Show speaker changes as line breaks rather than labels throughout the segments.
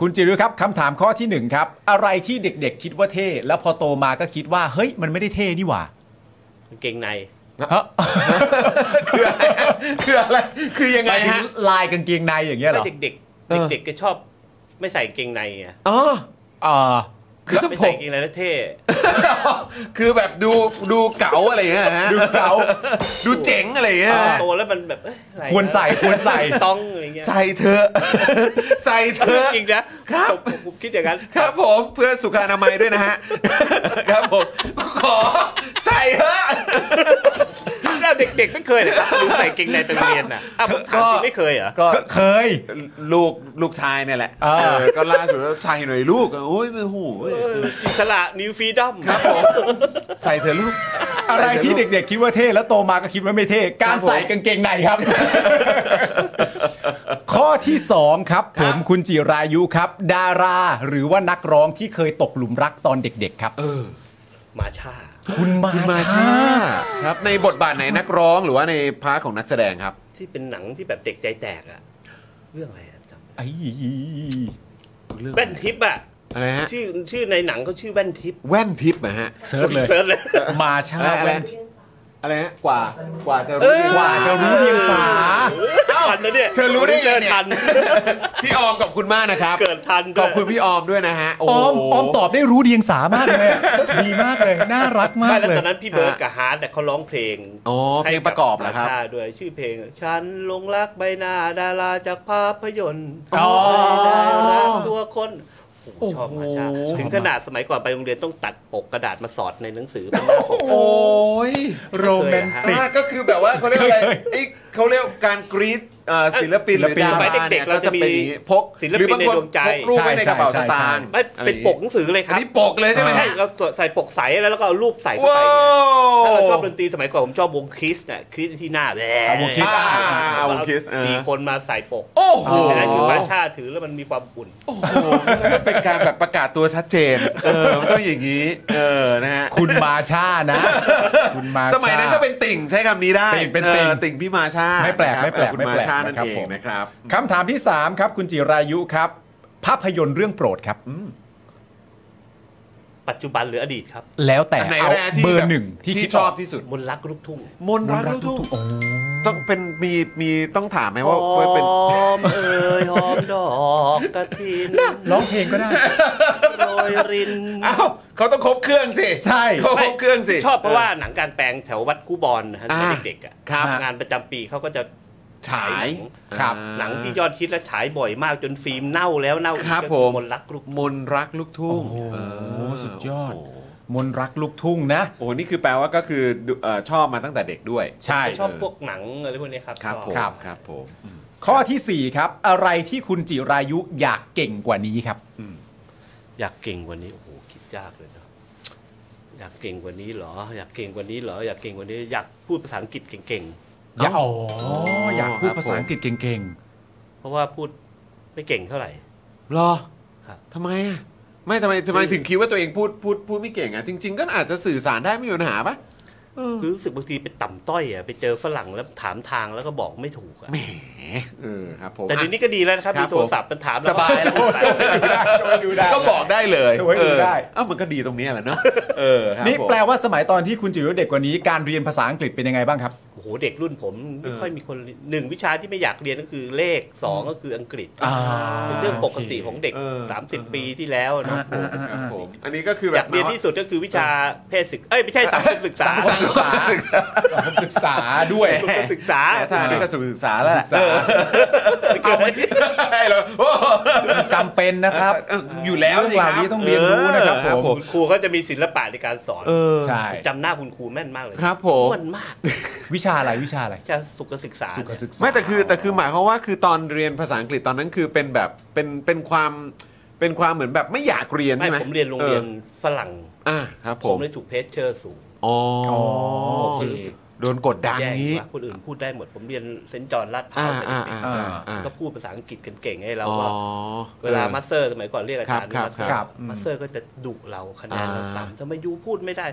คุณจิรุครับคำถามข้อที่หนึ่งครับ อะไรที่เด็กๆ คิดว่าเท่ แล้วพอโตมาก็คิดว่า เฮ้ย มันไม่ได้เท่นี่หว่าก
างเกงใน
ฮะ
คืออะไร คือยัง
ห
ไง
มายถึง
ฮะ
ลายกางเกงในอย่างเงี้ยเหรอ
เด็กเด็ก
เออ
เด็กๆก็ชอบไม่ใส่กางเกงในไง
อ๋อ
เอ่อ
คือก็
ไม่
ผ
ใส่
ม
กางเกงในแล้วเท่
คือแบบดูดูเก๋าอะไรอย่างเงี้ยฮะ
ดูเก๋า
ดูเจ๋งอะไรอย่างเงี้ยฮะ
โตแล้วมันแบบเอ้ยอะไร
ควรใส่ควรใส่
ต้องอะไรเงี้ย
ใส่เธอะ ใส่เธอะ
จริงนะครับ ผมผมคิดอย่างนั้น
ครับผมเพื่อสุขอนามัยด้วยนะฮะ ครับผม ขอใส่เถอะ
แล้วเด็กๆไม่เคยเหรอครับดูใส่กางเกงในไปโรงเรียนน่ะอ่ะผมถาม
ก็
จริงไม่เคยเหรอ
ก็
เคย
ลูกลูกชายเนี่ยแหละ
เออ
เออก็ล่าสุดแล้วใส่หน่อยลูกโอ้ยโอ้โห
เอออิสระนิวฟรีดอม
ครับผม ใส่เถอะลูก
อะไรที่เด็กๆ คิดว่าเท่ แล้วโตมาก็คิดว่าไม่เท่ การใส่กางเกงในครับ ข้อที่สองครับ ผมคุณจิรายุครับ ดาราหรือว่านักร้องที่เคยตกหลุมรักตอนเด็กๆ ครับ
หมาชา
คุณมา
คุณมา
ช้า
ชาครับในบทบาทไหนนักร้องหรือว่าในพาร์ทของนักแสดงครับ
ที่เป็นหนังที่แบบเด็กใจแตกอะเรื่องอะไรอะจำไม่ได้
ไอ้
เรื่อง
แว่นทิปอะ
อะไรฮะ
ชื่อชื่อในหนังเขาชื่อแว่นทิป
แว่นทิพย์นะฮะ
เซิร์ชเลย
เซิร์ชเลย
มาช้า
อะไร
แว่น
นะ อะไรฮะกว่ากว่าจะรู้เรื่อง
กว่าจะรู้เดียงสา
ทันนะเนี่ย
เธอรู้ได้ไง
เกิด
เนี่ย
ทัน
พี่ออมกับคุณมากนะครับ
เกิดทัน
ข
ด้ว
อย บคุณพี่ออมด้วยนะฮะโอ้
อ
โห
อมออมตอบได้รู้เดียงสามากเลยอะดีมากเลย น่ารักมา
ไม่
ก
แล้ว
เลย
ตอนนั้นพี่เบิร์ด
อ่ะ
กับฮาร์ดเนี่ยเขาร้องเพลง
อ๋อ
ให้
เพลงประกอบเหรอครับ
ชาด้วยชื่อเพลง ฉันหลงรักใบหน้าดาราจากภาพยนตร์
อ๋อ
ได้รักตัวคนโอ้โหชอบ
โอ้โห
มาชาถึงขนาดสมัยก่อนไปโรงเรียนต้องตัดปกกระดาษมาสอดในหนังสือเป็นหน้าปก
โอ้ย
โรแมนติก
อ่าก็คือแบบว่าเขาเรียกอะไรไอ้เขาเรียกการกรีดเอ่อศิลปินห
ศิล
รือ
ปิน
ดา
สมั
ราย
เด็กๆ
เนี่ย
เรา
ก็
จะ
จะ
มี
เป็นอย่างงี้พก
ศิลปิน
หรือบางค
ในดวงใจ
พกรูปไว้ใน
ใช่
กระเป๋า
ใช่
สตางค์
ไม่เป็นปกหนังสือเลยค
อัน
รับ
นี้ปกเลยใช่ไหม
ใช่
ฮะ
เราใส่ปกใสแล้วเราก็เอารูปใส่เข้า
ว้า
ไปเนี่ย ถ้าเรา
ว
ชอบดนตรีสมัยก่อน ผมชอบวงคริสเนี่ยคริสที่หน้าแหละ
อ่าวงคริสอ่า
อ่าวงคริสเออ
มีคนมาใส่ปก
โอ้โห
อันนั้นคือมาชาถือแล้วมันมีความอุ่น
โอ้โหมันเป็นการแบบประกาศตัวชัดเจน เออ มันต้องอย่างนี้ เออ นะฮะ
คุณมาช้านะ คุณมาช้า
สมัยนั้นก็เป็นติ่งใช้คำนี้ได้
ติ่งเป็นติ่ง
ออติ่งพี่มาชา
ไม่แปลก
นะครับ
ไม่แปลก
เออคุณ
ไม่
มา
แปลก
ชานั่น
นะครับ
เอง
ผม
นะครับ
คำถามที่ 3 ครับ คุณจิรายุครับ ภาพยนตร์เรื่องโปรดครับ
ปัจจุบันหรืออดีตครับ
แล้วแต่
อันไหน
เอา
แรกที่
เบอ
แบ
ร์
บ
หนึ่งที่
ที่
คิด
ช
อ
อ
อบ ก
ที่สุด
มนต์รักลูกทุ่ง
มนต์รัก
มนต์รัก
ลูกทุ่ง
ลูกทุ่งโอ้
ต้องเป็นมีมีต้องถามไหม
ห
ว่าว่าเป็น
อมเอ่ยหอมดอกกระถิน
ร้องเพลงก็ ได้
โรยริน
อ้าวเขาต้องครบเครื่องสิ
ใช่
เขาครบเครื่องสิ
ชอบเพราะว่าหนังกลารแปลงแถววัดคูบอลนะฮะ
อ่า
เด็กๆอ่ะ
ครับ
งานประจำปีเขาก็จะ
ฉาย
ครับ
อ่า
หนังที่ยอดฮิตและฉายบ่อยมากจนฟิล์มเน่าแล้วเน่าอีก
ครับ
ก็
ผ
คือ
ม
มนต์รักลูก
มนต์รักลูกทุ่ง
โอ้โห
เออ
สุดยอด มนต์รักลูกทุ่งนะ
โอ้โหนี่คือแปลว่าก็คือดูเอ่อชอบมาตั้งแต่เด็กด้วย
ใช่
ชอบพวกหนังอะไรพวกนี้ครับ
ครับผม
ครับ
ครับผม
ข้อทีสี่4 ครับ อะไรที่คุณจิรายุอยากเก่งกว่านี้ครับ
อยากเก่งกว่านี้โอ้โหคิดยากเลยนะอยากเก่งกว่านี้เหรอ อยากเก่งกว่านี้เหรออยากเก่งกว่านี้อยากพูดภาษาอังกฤษเก่ง
อยากอ๋ออยากพูด
ครับ
ภาษาอังกฤษเก่ง
ๆ เพราะว่าพูดไม่เก่งเท่าไหร่
หรอ
ครับ
ทำไมอ่ะ ไม่ทำไมทำไมถึงคิดว่าตัวเองพูดพูดพูดไม่เก่งอ่ะ จริง ๆ ก็อาจจะสื่อสารได้ไม่มีปัญหาปะ
คือรู้สึกบางทีไปต่ำต้อยอ่ะไปเจอฝรั่งแล้วถามทางแล้วก็บอกไม่ถูกอ่ะ
แหมเออครับผม
แต่เดี๋ยวนี้ก็ดีแล้วนะครับ
ครั
มี
บ
โทรศัพท์มันถาม
สบาย
แล้วก็ตอบไ
ๆดู
ด้
ได้ช่วยดูได้
อ่ะก็บอกได้เลย
ช่วยดูได้
เออเอ้ามันก็ดีตรงเนี้ยแหละเนาะ เออครับ
นี่
ผม
แปลว่าสมัยตอนที่คุณจิรายุเด็กกว่านี้ การเรียนภาษาอังกฤษเป็นยังไงบ้างครับ
โอ้โหเด็กรุ่นผมไม่ค่อยมีคนหนึ่งวิชาที่ไม่อยากเรียนก็คือเลขสองก็คืออังกฤษ
อ่า
เป็นเรื่องปกติของเด็ก
เออ
สามสิบปีที่แล้วนะ
อ่าอ่าอ่าผม อันนี้ก็คือแบ
อบ ยากเรียนที่สุดก็คือวิชาเพศศึก เอ้ย ไม่ใช่ สังคมศึกษา
สังคมศึกษา สังคมศึกษาด้วย
สังคมศึกษา
แหมถ้าอันนี้ก็ศึกษาแล้วแหละ
ศึกษา
เอาไม่
ใช่เหรอโอ้โห
จำเป็นนะครับ
เอออยู่แล้วสิค
เรื่องเหล่านี้
รับ
ต้องเรียนรู้นะครับ
เออ
ผม
ครูเขาจะมีศิลปะในการสอน
เออ
ใช่
จำหน้าคุณครูแม่นมากเลย
ครับผม
อ้วนมาก
วิชาอะไรวิชาอะไร
จะสุขศึกษา
สุขศึกษา
ไม่แต่คือแต่คือหมายความว่าคือตอนเรียนภาษาอังกฤษตอนนั้นคือเป็นแบบเป็นเป็นความเป็นความเหมือนแบบไม่อยากเรียน
ไม่
ใช่ไหม
ผมเรียนโรงเรียน
ออ
ฝรั่ง
อ่าครับผ
ผม
ม
เลยถูกเพชเชอร์สูง
อ๋อ
อ๋อ
โอเคโดนกดดัน
แย่
นี้
กว่าคนอื่นพูดได้หมด ผมเรียนเซนต์จอห์นลาดพร้า
อ่าว อ่า
เด็
อ่าก อ่าอ่า
ๆก็พูดภาษาอังกฤษกันเก่งให้เรา
อ๋อ
ก็เวลามาสเตอร์สมัยก่อนเรียกอาจารย์
ครับ
มาสเตอ
ค
รั
ร์
บ
มาสเตอร์ก็จะดุเราคะแนนเรา
อ่า
ต่ำทำไมยูพูดไม่ได้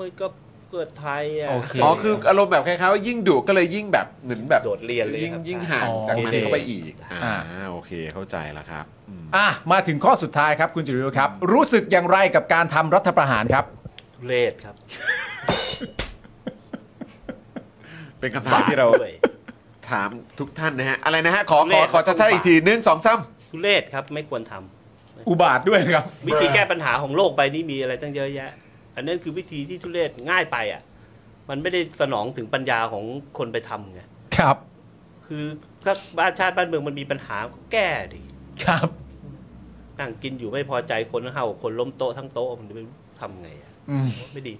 มันก็ เกิดไทยอ่ะ
โอเค
อ๋อคืออารมณ์แบบคล้ายๆว่ายิ่งดุก็เลยยิ่งแบบเหมือนแบบ
โดดเรียนเลย
ยิ่
ค
ง
รับ
ยิ่งห่าง
อ๋อ
จากมัน
โอเค
เข้าไปอีก
อ่า
อ่าโอเคเข้าใจแล้วครับอืม
อ่ะมาถึงข้อสุดท้ายครับคุณจิริวครับ รู้สึกอย่างไรกับการทำรัฐประหารครับ
ุเลศครับ
เป็นคำถามที่เรา
ด้วย
ถามทุกท่านนะฮะอะไรนะฮะขอข
เล
อ
ข
ขอชัดๆอีกทีหนึ่งสองสาม
ทุเลศครับไม่ควรทำ
อุบาทด้วยครับ
วิธีแก้ปัญหาของโลกใบนี้มีอะไรตั้งเยอะแยะ อันนั้นคือวิธีที่ทุเลศง่ายไปอ่ะ มันไม่ได้สนองถึงปัญญาของคนไปทำไง
ครับ
คือถ้าบ้านชาติบ้านเมืองมันมีปัญหาก็แก้ดิ
ครับ
นั่งกินอยู่ไม่พอใจคนเห่าคนล้มโต๊ะทั้งโต๊ะมันจะไปทำไงอะ
อืม
ไม่ดี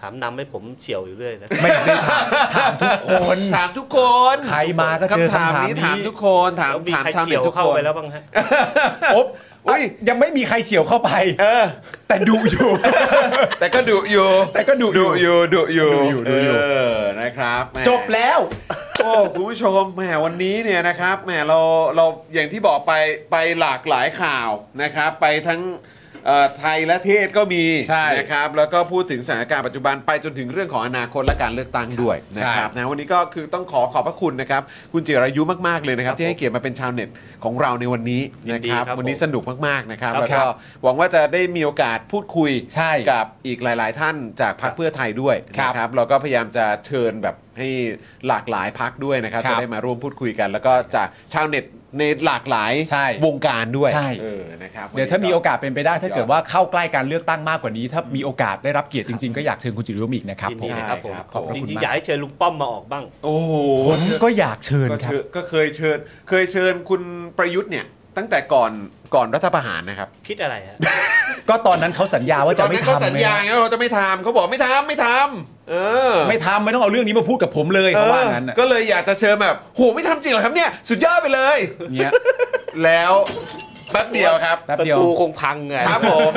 ถามนำให้ผมเฉียวอยู่เรื่อยนะ
ไม่ได้ถามถามทุกคน
ถามทุกคน
ใครมาก็เจอคำถามนี้
ถามทุกคนถาม
แล้วมี
ถาม
ใคร
ชาว
เฉี
เน็ต
ยว
ทุก
เข้า
คน
ไปแล้วบ้างฮะ
อบ
อุ๊ย
ยังไม่มีใครเฉียวเข้าไป
เออ
แต่ดุอยู่
แต่ก็ดุอยู่
แต่ก็ดุอยู่
ดุอยู่ดุอยู่
ดุอยู่ดุอยู่
เออนะครับแหม
จบแล้ว
โอ้คุณผู้ชมแหมวันนี้เนี่ยนะครับแหมเราเราอย่างที่บอกไปไปหลากหลายข่าวนะครับ ไปทั้งเอ่อไทยและเทศก็มี
ใช่
นะครับแล้วก็พูดถึงสถานการณ์ปัจจุบันไปจนถึงเรื่องของอนาคตและการเลือกตั้งด้วย
ใช่
นะครับนะวันนี้ก็คือต้องขอขอบพระคุณนะครับ คุณจิรายุมากๆเลยนะครับ
ครับ
ที่ให้เกียรติมาเป็นชาวเน็ตของเราในวันนี้นะ
ยินดี
ครับ
ครับ
วันนี้
ผม
สนุกมากๆนะครับ
ครับ
แล้ว
ค
ก็
รับ
หวังว่าจะได้มีโอกาสพูดคุย
ใช่
กับอีกหลาย ๆ ท่านจากพรรคเพื่อไทยด้วย
ครับ
นะครับเราก็พยายามจะเชิญแบบให้หลากหลายพักด้วยนะครับ
ครับ
จะได้มาร่วมพูดคุยกัน แล้วก็จากชาวเน็ตในหลากหลาย
ใช่
วงการด้วย
ใช่
เออนะครับน
เดี๋ยว
นี้
ถ้ามีโอกาสเป็นไปได้ ถ้าเกิดว่าเข้าใกล้การเลือกตั้งมากกว่านี้ ถ้ามีโอกาสได้รับเกียรติจริงๆ ก็อยากเชิญคุณจิริวมาอีกนะครับ
ยิน
ผ
ดี
ม
นะ
ใช่
ครับผม
ครับ
ขอบพระ
จ
คุณ
ริง
มาก
ๆอยากให้เชิญลุงป้อมมาออกบ้าง
โอ้โห
คนก็อยากเชิญ
ก็
ครับ
เชิญก็เคยเชิญ เคยเชิญคุณประยุทธ์เนี่ยตั้งแต่ก่อนก่อนรัฐประหารนะครับ
คิดอะไรฮะ
ก็ตอนนั้นเขาสัญญาว่าจะไม่
ตอนนั้นเขา
ทำ
สัญญาไงว่าเราจะไม่ทำเขาบอกไม่ทำไม่ทำเออ
ไม่ทำไม่ต้องเอาเรื่องนี้มาพูดกับผมเลย
เอ
เขาว่า
อ
งั้นน่ะ
ก็เลยอยากจะเชิญแบบโหไม่ทำจริงเหรอครับเนี่ยสุดยอดไปเลย
เนี่ย
แล้วแป๊บเดียวครับ
แป๊บเดียว
ศัตรูคงพังไง
ครับผม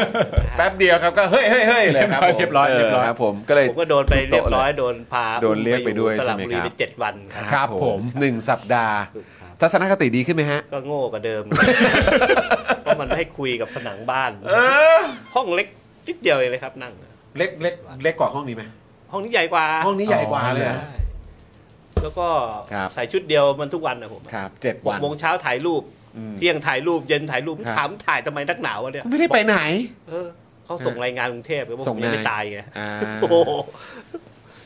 แป๊บเดียวครับก็เฮ้ยเฮ้ยเฮ้ยเลยครับผม
เรียบร้อยเรียบร้อย
ครับผมก็เลย
ผมก็โดนไปเรียบร้อยโดนพา
โดนเรียกไปด้วย
ส
ใช่
ลั
ไหม
บุ
ค
รี
รับ
ไปเจ็ดวันค
ครั
รับ
บผม
หนึ่งสัปดาห์
ครับ
ทัศนคติดีขึ้นไหมฮะ
ก็โง่กว่าเดิม เพราะมันให้คุยกับผนังบ้าน
เออ
ห้องเล็กนิดเดียวเองเลยครับนั่ง
เล็กเล็กเล็กกว่าห้องนี้ไหม
ห้องนี้ใหญ่กว่า
ห้องนี้ใหญ่กว่าเลยเหรอ
ใช่แล้วก็
ครับ
ใส่ชุดเดียวมันทุกวันนะผม
ครับเจ็ด
หก
วัน
โมงเช้าถ่ายรูป
อืม
เที่ยงถ่ายรูปเย็นถ่ายรูป
ครับ
ถามถ่ายทำไมนักหนาวะเนี่ย
ไม่ได้ไปไหน
เออเขาส่งรายงานกรุงเทพแล้วาผ
ส่ง
มยังไม่
นาย
ตายไง
อ่า
โอ้โห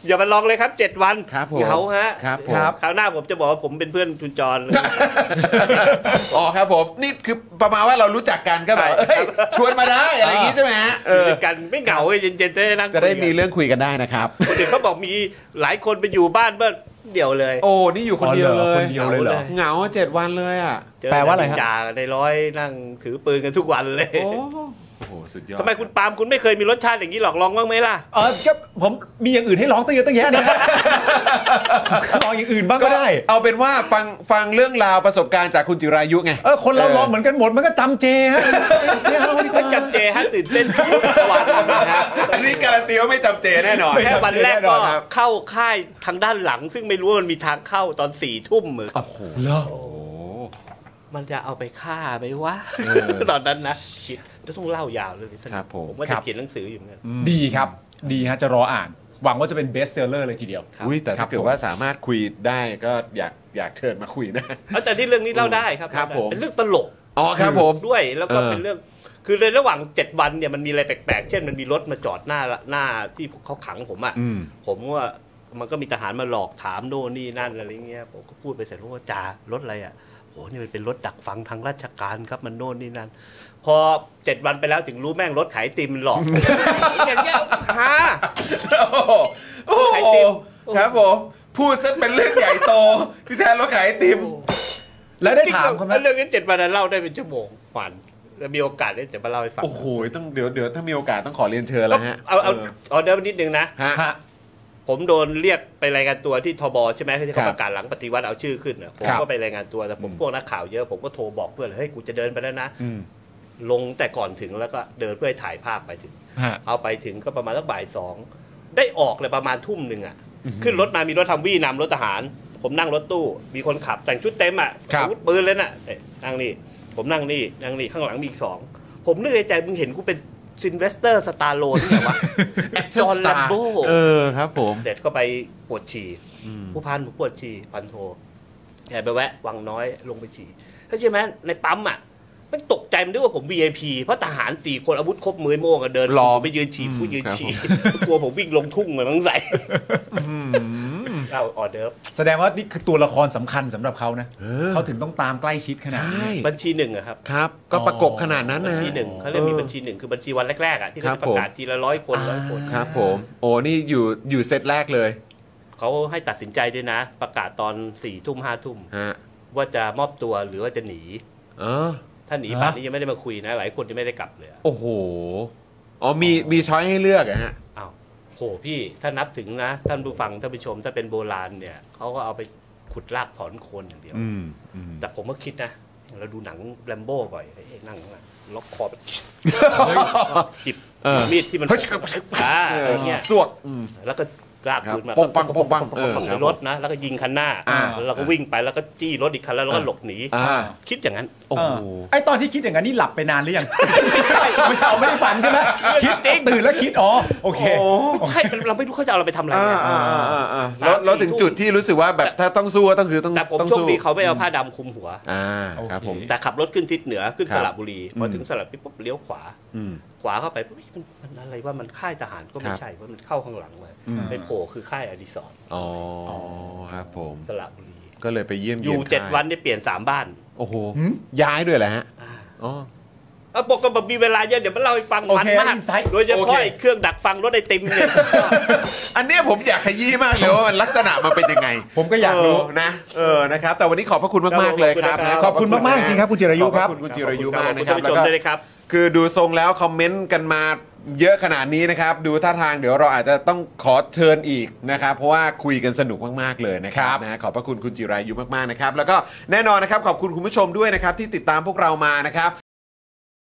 อย่ามาลองเลยครับเจ็ดวัน
ครับผม
เหงาฮะ
ครับผม
ครับคราวหน้าผมจะบอกว่าผมเป็นเพื่อนคุณจร
อ๋อครับผม นี่คือประมาณว่าเรารู้จักกันก็แบบเฮ้ยชวนมาได้อะไรอย่างงี้ใช่ไหมฮะ
อ
เอยู่ อ
ด้วยกันไม่เหงาเว้ยเย็นๆจะได้นั่ง
จะได้
คุยกัน
มีเรื่องคุยกันได้นะครับ
คนอื่นเขาบอกมีหลายคนไปอยู่บ้านเบิ้ลเดี่ยวเลย
โอ้นี่อยู่คนเดียว
อ๋อหร
เล
อย คนเดียวเลยเหรอ
เอาเลย
เหงาเจ็ดวันเลยอ่ะ
เจอ
แปลว่าอะไรฮะ
จ่าในร้อยนั่งถือปืนกันทุกวันเลย
โอ้โหสุดยอด
ทำไมคุณปาล์มคุณไม่เคยมีรสชาติอย่างนี้หรอกลองบ้างไหมล่ะ
เออก็ผมมีอย่างอื่นให้ร้องตั้งเยอะตั้งแยะ นะฮะ ลองอย่างอื่นบ้างก็ได้
เอาเป็นว่าฟังฟังเรื่องราวประสบการณ์จากคุณจิรายุไง
เออคนเราลองเหมือนกันหมดมันก็จำเจฮะไม่เอาดีก
ไม่
ว่า
จำเจฮะตื่นเต้นทุกวันนะฮะ
อันนี้การันตีว่าไม่จำเจแน่นอน
แค่วันแรกก็
แน่นอนครับ
เข้าค่ายทางด้านหลัง ซึ่งไม่รู้ว่ามันมีทางเข้าตอนสี่ทุ่มเหมือน
โอ้โหเหรอ
มันจะเอาไปฆ่าไหมวะ
เออ
ตอนนั้นนะคิดแล้วต้องเล่ายาวเลยสก
ครับผม
ผมว่า
ครั
จะ
บ
เขียนหนังสืออยู่เหมือนกัน
ดีครับ ดีฮะจะรออ่าน หวังว่าจะเป็นเบสเซลเลอร์เลยทีเดียว
ครับ
อุ้ยแต่
ครั
ถ้า
บ
เกิดว่าสามารถคุยได้ก็อยากอยากเชิญมาคุยนะ
เอาแต่ที่เรื่องนี้เล่าได้ครับ
ครับผม
เป็นเรื่องตลก
อ๋อครับผม
ด้วยแล้วก็
เออ
เป็นเรื่อง คือในระหว่างเจ็ดวันเนี่ยมันมีอะไรแปลกๆ เช่นมันมีรถมาจอดหน้าหน้าที่เขาขังผมอ่ะ
อืม
ผมว่ามันก็มีทหารมาหลอกถามโน่นนี่นั่นอะไรเงี้ยผมก็พูดไปเสร็จผมว่าจ่ารถอะไรอ่ะโหนี่มันเป็นรถดักฟังทางราชการครับมันโน่นนี่นั่นพอเจ็ดวันไปแล้วถึงรู้แม่งรถขายไอติมมันหลอก อย่างเงี้ยฮา
โอ้โหโอ้
ขาย
โห
ติม
ครับผม พูดซะเป็นเรื่องใหญ่โต ที่แท้รถขายไอติม
แล้วได้ถามเขาไหม
เรื่องนี้เจ็ดวันนั้นเล่าได้เป็นชั่วโมงฝันแล้วมีโอกาสได้จะมาเล่าให้ฟัง
โอ้โหต้องเดี๋ยวเดี๋ยวถ้ามีโอกาสต้องขอเรียนเชิญ
แล้
แล้ว วฮะ
เอาเอาเอาเดี๋ยวนิดนึงนะ
ฮะ
ฮะ
ผมโดนเรียกไปรายงานตัวที่ทบใช่ไหมที่
ครั
เขา
บ
ประกาศหลังปฏิวัติเอาชื่อขึ้นน่ะผม
ครับ
ก็ไปรายงานตัวแต่ผม
อืม
พวกนักข่าวเยอะผมก็โทรบอกเพื่อนเลยเฮ้ยกูจะเดินไปแล้วนะ
อืม
ลงแต่ก่อนถึงแล้วก็เดินเพื่อให้ถ่ายภาพไปถึง
ฮะ
เอาไปถึงก็ประมาณสักบ่ายสองได้ออกเลยประมาณทุ่มหนึ่งอ่ะ ขึ้นรถมามีรถทำวี่นำรถทหาร ผมนั่งรถตู้ มีคนขับแต่งชุดเต็มอ่ะ
ครับ
อาวุธปืนเลยน่ะเอ้ยนั่งนี่ ผมนั่งนี่นั่งนี่ข้างหลังมีอีกสองผมนึกในใจมึงเห็นกูเป็น ซินเวสเตอร์สตาร์โลนเนี่ย วะ จอห์นลัมโบ
เออครับผม
เสร็จก็ไปปวดฉี่ ผู้พันผมปวดฉี่พันโทแกไปแวะ วังน้อยลงไปฉี่ถ้าใช่ไหมในปั๊มอ่ะมันตกใจมันด้วยว่าผม VIP เพราะทหารสี่คนอาวุธครบมือโม่งอะเดินรอไปยืนฉี่ผู้ยืนฉี่ กลัวผมวิ่งลงทุ่งเหมือนมังใส่เอาออเดิร์ฟ
แสดงว่านี่คือตัวละครสำคัญสำหรับเขานะเขาถึงต้องตามใกล้ชิดขนาดนี้
ใช่
บัญชีหนึ่งอะครับ
ครับ ก็ประกบขนาดนั้น
บัญ
นะ
ชีหนึ่งเขาเรียกมีบัญชีหนึ่งคือบัญชีวันแรกๆอ่ะที่เขา
ครับ
จะประกาศทีละร้อยคนร้อยคน
ครับผมโอ้นี่อยู่อยู่เซตแรกเลย
เขาให้ตัดสินใจด้วยนะ ประกาศตอนสี่ทุ่มห้าทุ่ม
ฮะ
ว่าจะมอบตัวหรือว่าจะหนี
เออ
ถ้าหนี
ฮะ
ป่านนี้ยังไม่ได้มาคุยนะ หลายคนยังไม่ได้กลับเลยอะ
โอ้โหอ๋อมีมีช้อยให้เลือกเหรอฮะ
อ้าวโหพี่ถ้านับถึงนะ ท่านผู้ฟังท่านผู้ชมถ้าเป็นโบราณเนี่ยเขาก็เอาไปขุดรากถอนโคนอย่างเดียว
อืมอืม
แต่ผมก็คิดนะเราดูหนังแรมโบ้บ่อยไอ้ไอ้นั่งข้างหลังล็อกคอแบบหยิบ
เออ
มีดที่มันอ่าอะไรเงี้ย
สวก
แล้วก็ลากปืนมา
ปงปังปงปังเออ
ขับ
ครับ
รถนะแล้วก็ยิงคันหน้า
อ่า
แล้วเราก็วิ่งไปแล้วก็จี้รถอีกคันแล้วเราก็หลบหนี
อ่า
คิดอย่างนั้น
โอ้โห
ไอตอนที่คิดอย่างนั้นนี่หลับไปนานหรือยัง ไม่ใช่ไม่ได้ฝันใช่ไหมคิดตื่นแล้วคิดอ๋อโอเค
โอ้
ไม่ใช่เราไม่รู้เขาจะเอาเราไปทำอะไร
อ่า
นะ
อ่าอ่าอ่าแล้วแล้วถึง
สามสี่
จุดที่รู้สึกว่าแบบถ้าต้องสู้ก็ต้องคือต้อง
แต่ผม
ต้อง
โชค
สู้
ดีเขาไม่เอาผ้าดำคลุมหัว
อ่า
โอเค
ครับผม
แต่ขับรถขึ้นทิศเหนือขึ้น
ครั
ส
บ
ระบุรีพอถึง
อืม
สระบุรีปุ๊บเลี้ยวขวา
อืม
ขวาเข้าไปปุ๊บมันมันอะไรว่ามันค่ายทหารก็ไม่
ครับ
ใช่ว่ามันเข้าข้างหลังเลย
อืม
ไปโผล่คือค่ายอดิศรณ์
อ๋อครับผม
สระบุรี
ก็เลยไปเยี่ยม
อ
เยี
ยู่
น
เจ็ด
ค่า
วันได้เปลี่ยนสามบ้าน
โอ้โห
หืม
ย้ายด้วยแหละฮะ
อ่า
อ๋อ
เอาปกติมีเวลาเยอะเดี๋ยวมาเล่าให้ฟัง
โอ
มัน
เค
มาก
insight
โดยเฉ
โอเค
พาะไอ้เครื่องดักฟังรถไอติมเนี่ย
อันเนี้ยผมอยากขยี้มากเลย ว่ามันลักษณะมันเป็นยังไง
ผมก็อยากรู้
เนะเออนะครับ แต่วันนี้ขอบพระคุณมากๆเลยครับนะ
ขอบคุณมากๆจริงครับคุณจิรายุครับ
ขอบคุณคุณจิรายุมากนะค
ข
รั
อบ ณ
แล้ว
ท่านผู้ชมด้
ก็
วยนะครับ
คือดูทรงแล้วคอมเมนต์กันมาเยอะขนาดนี้นะครับ ดูท่าทางเดี๋ยวเราอาจจะต้องขอเชิญอีกนะครับ เพราะว่าคุยกันสนุกมาก ๆ เลยนะค
ค
รั
รับ บ
นะฮะขอบพระคุณคุณจิรายุมาก ๆ นะครับ แล้วก็แน่นอนนะครับ ขอบคุณคุณผู้ชมด้วยนะครับ ที่ติดตามพวกเรามานะครับ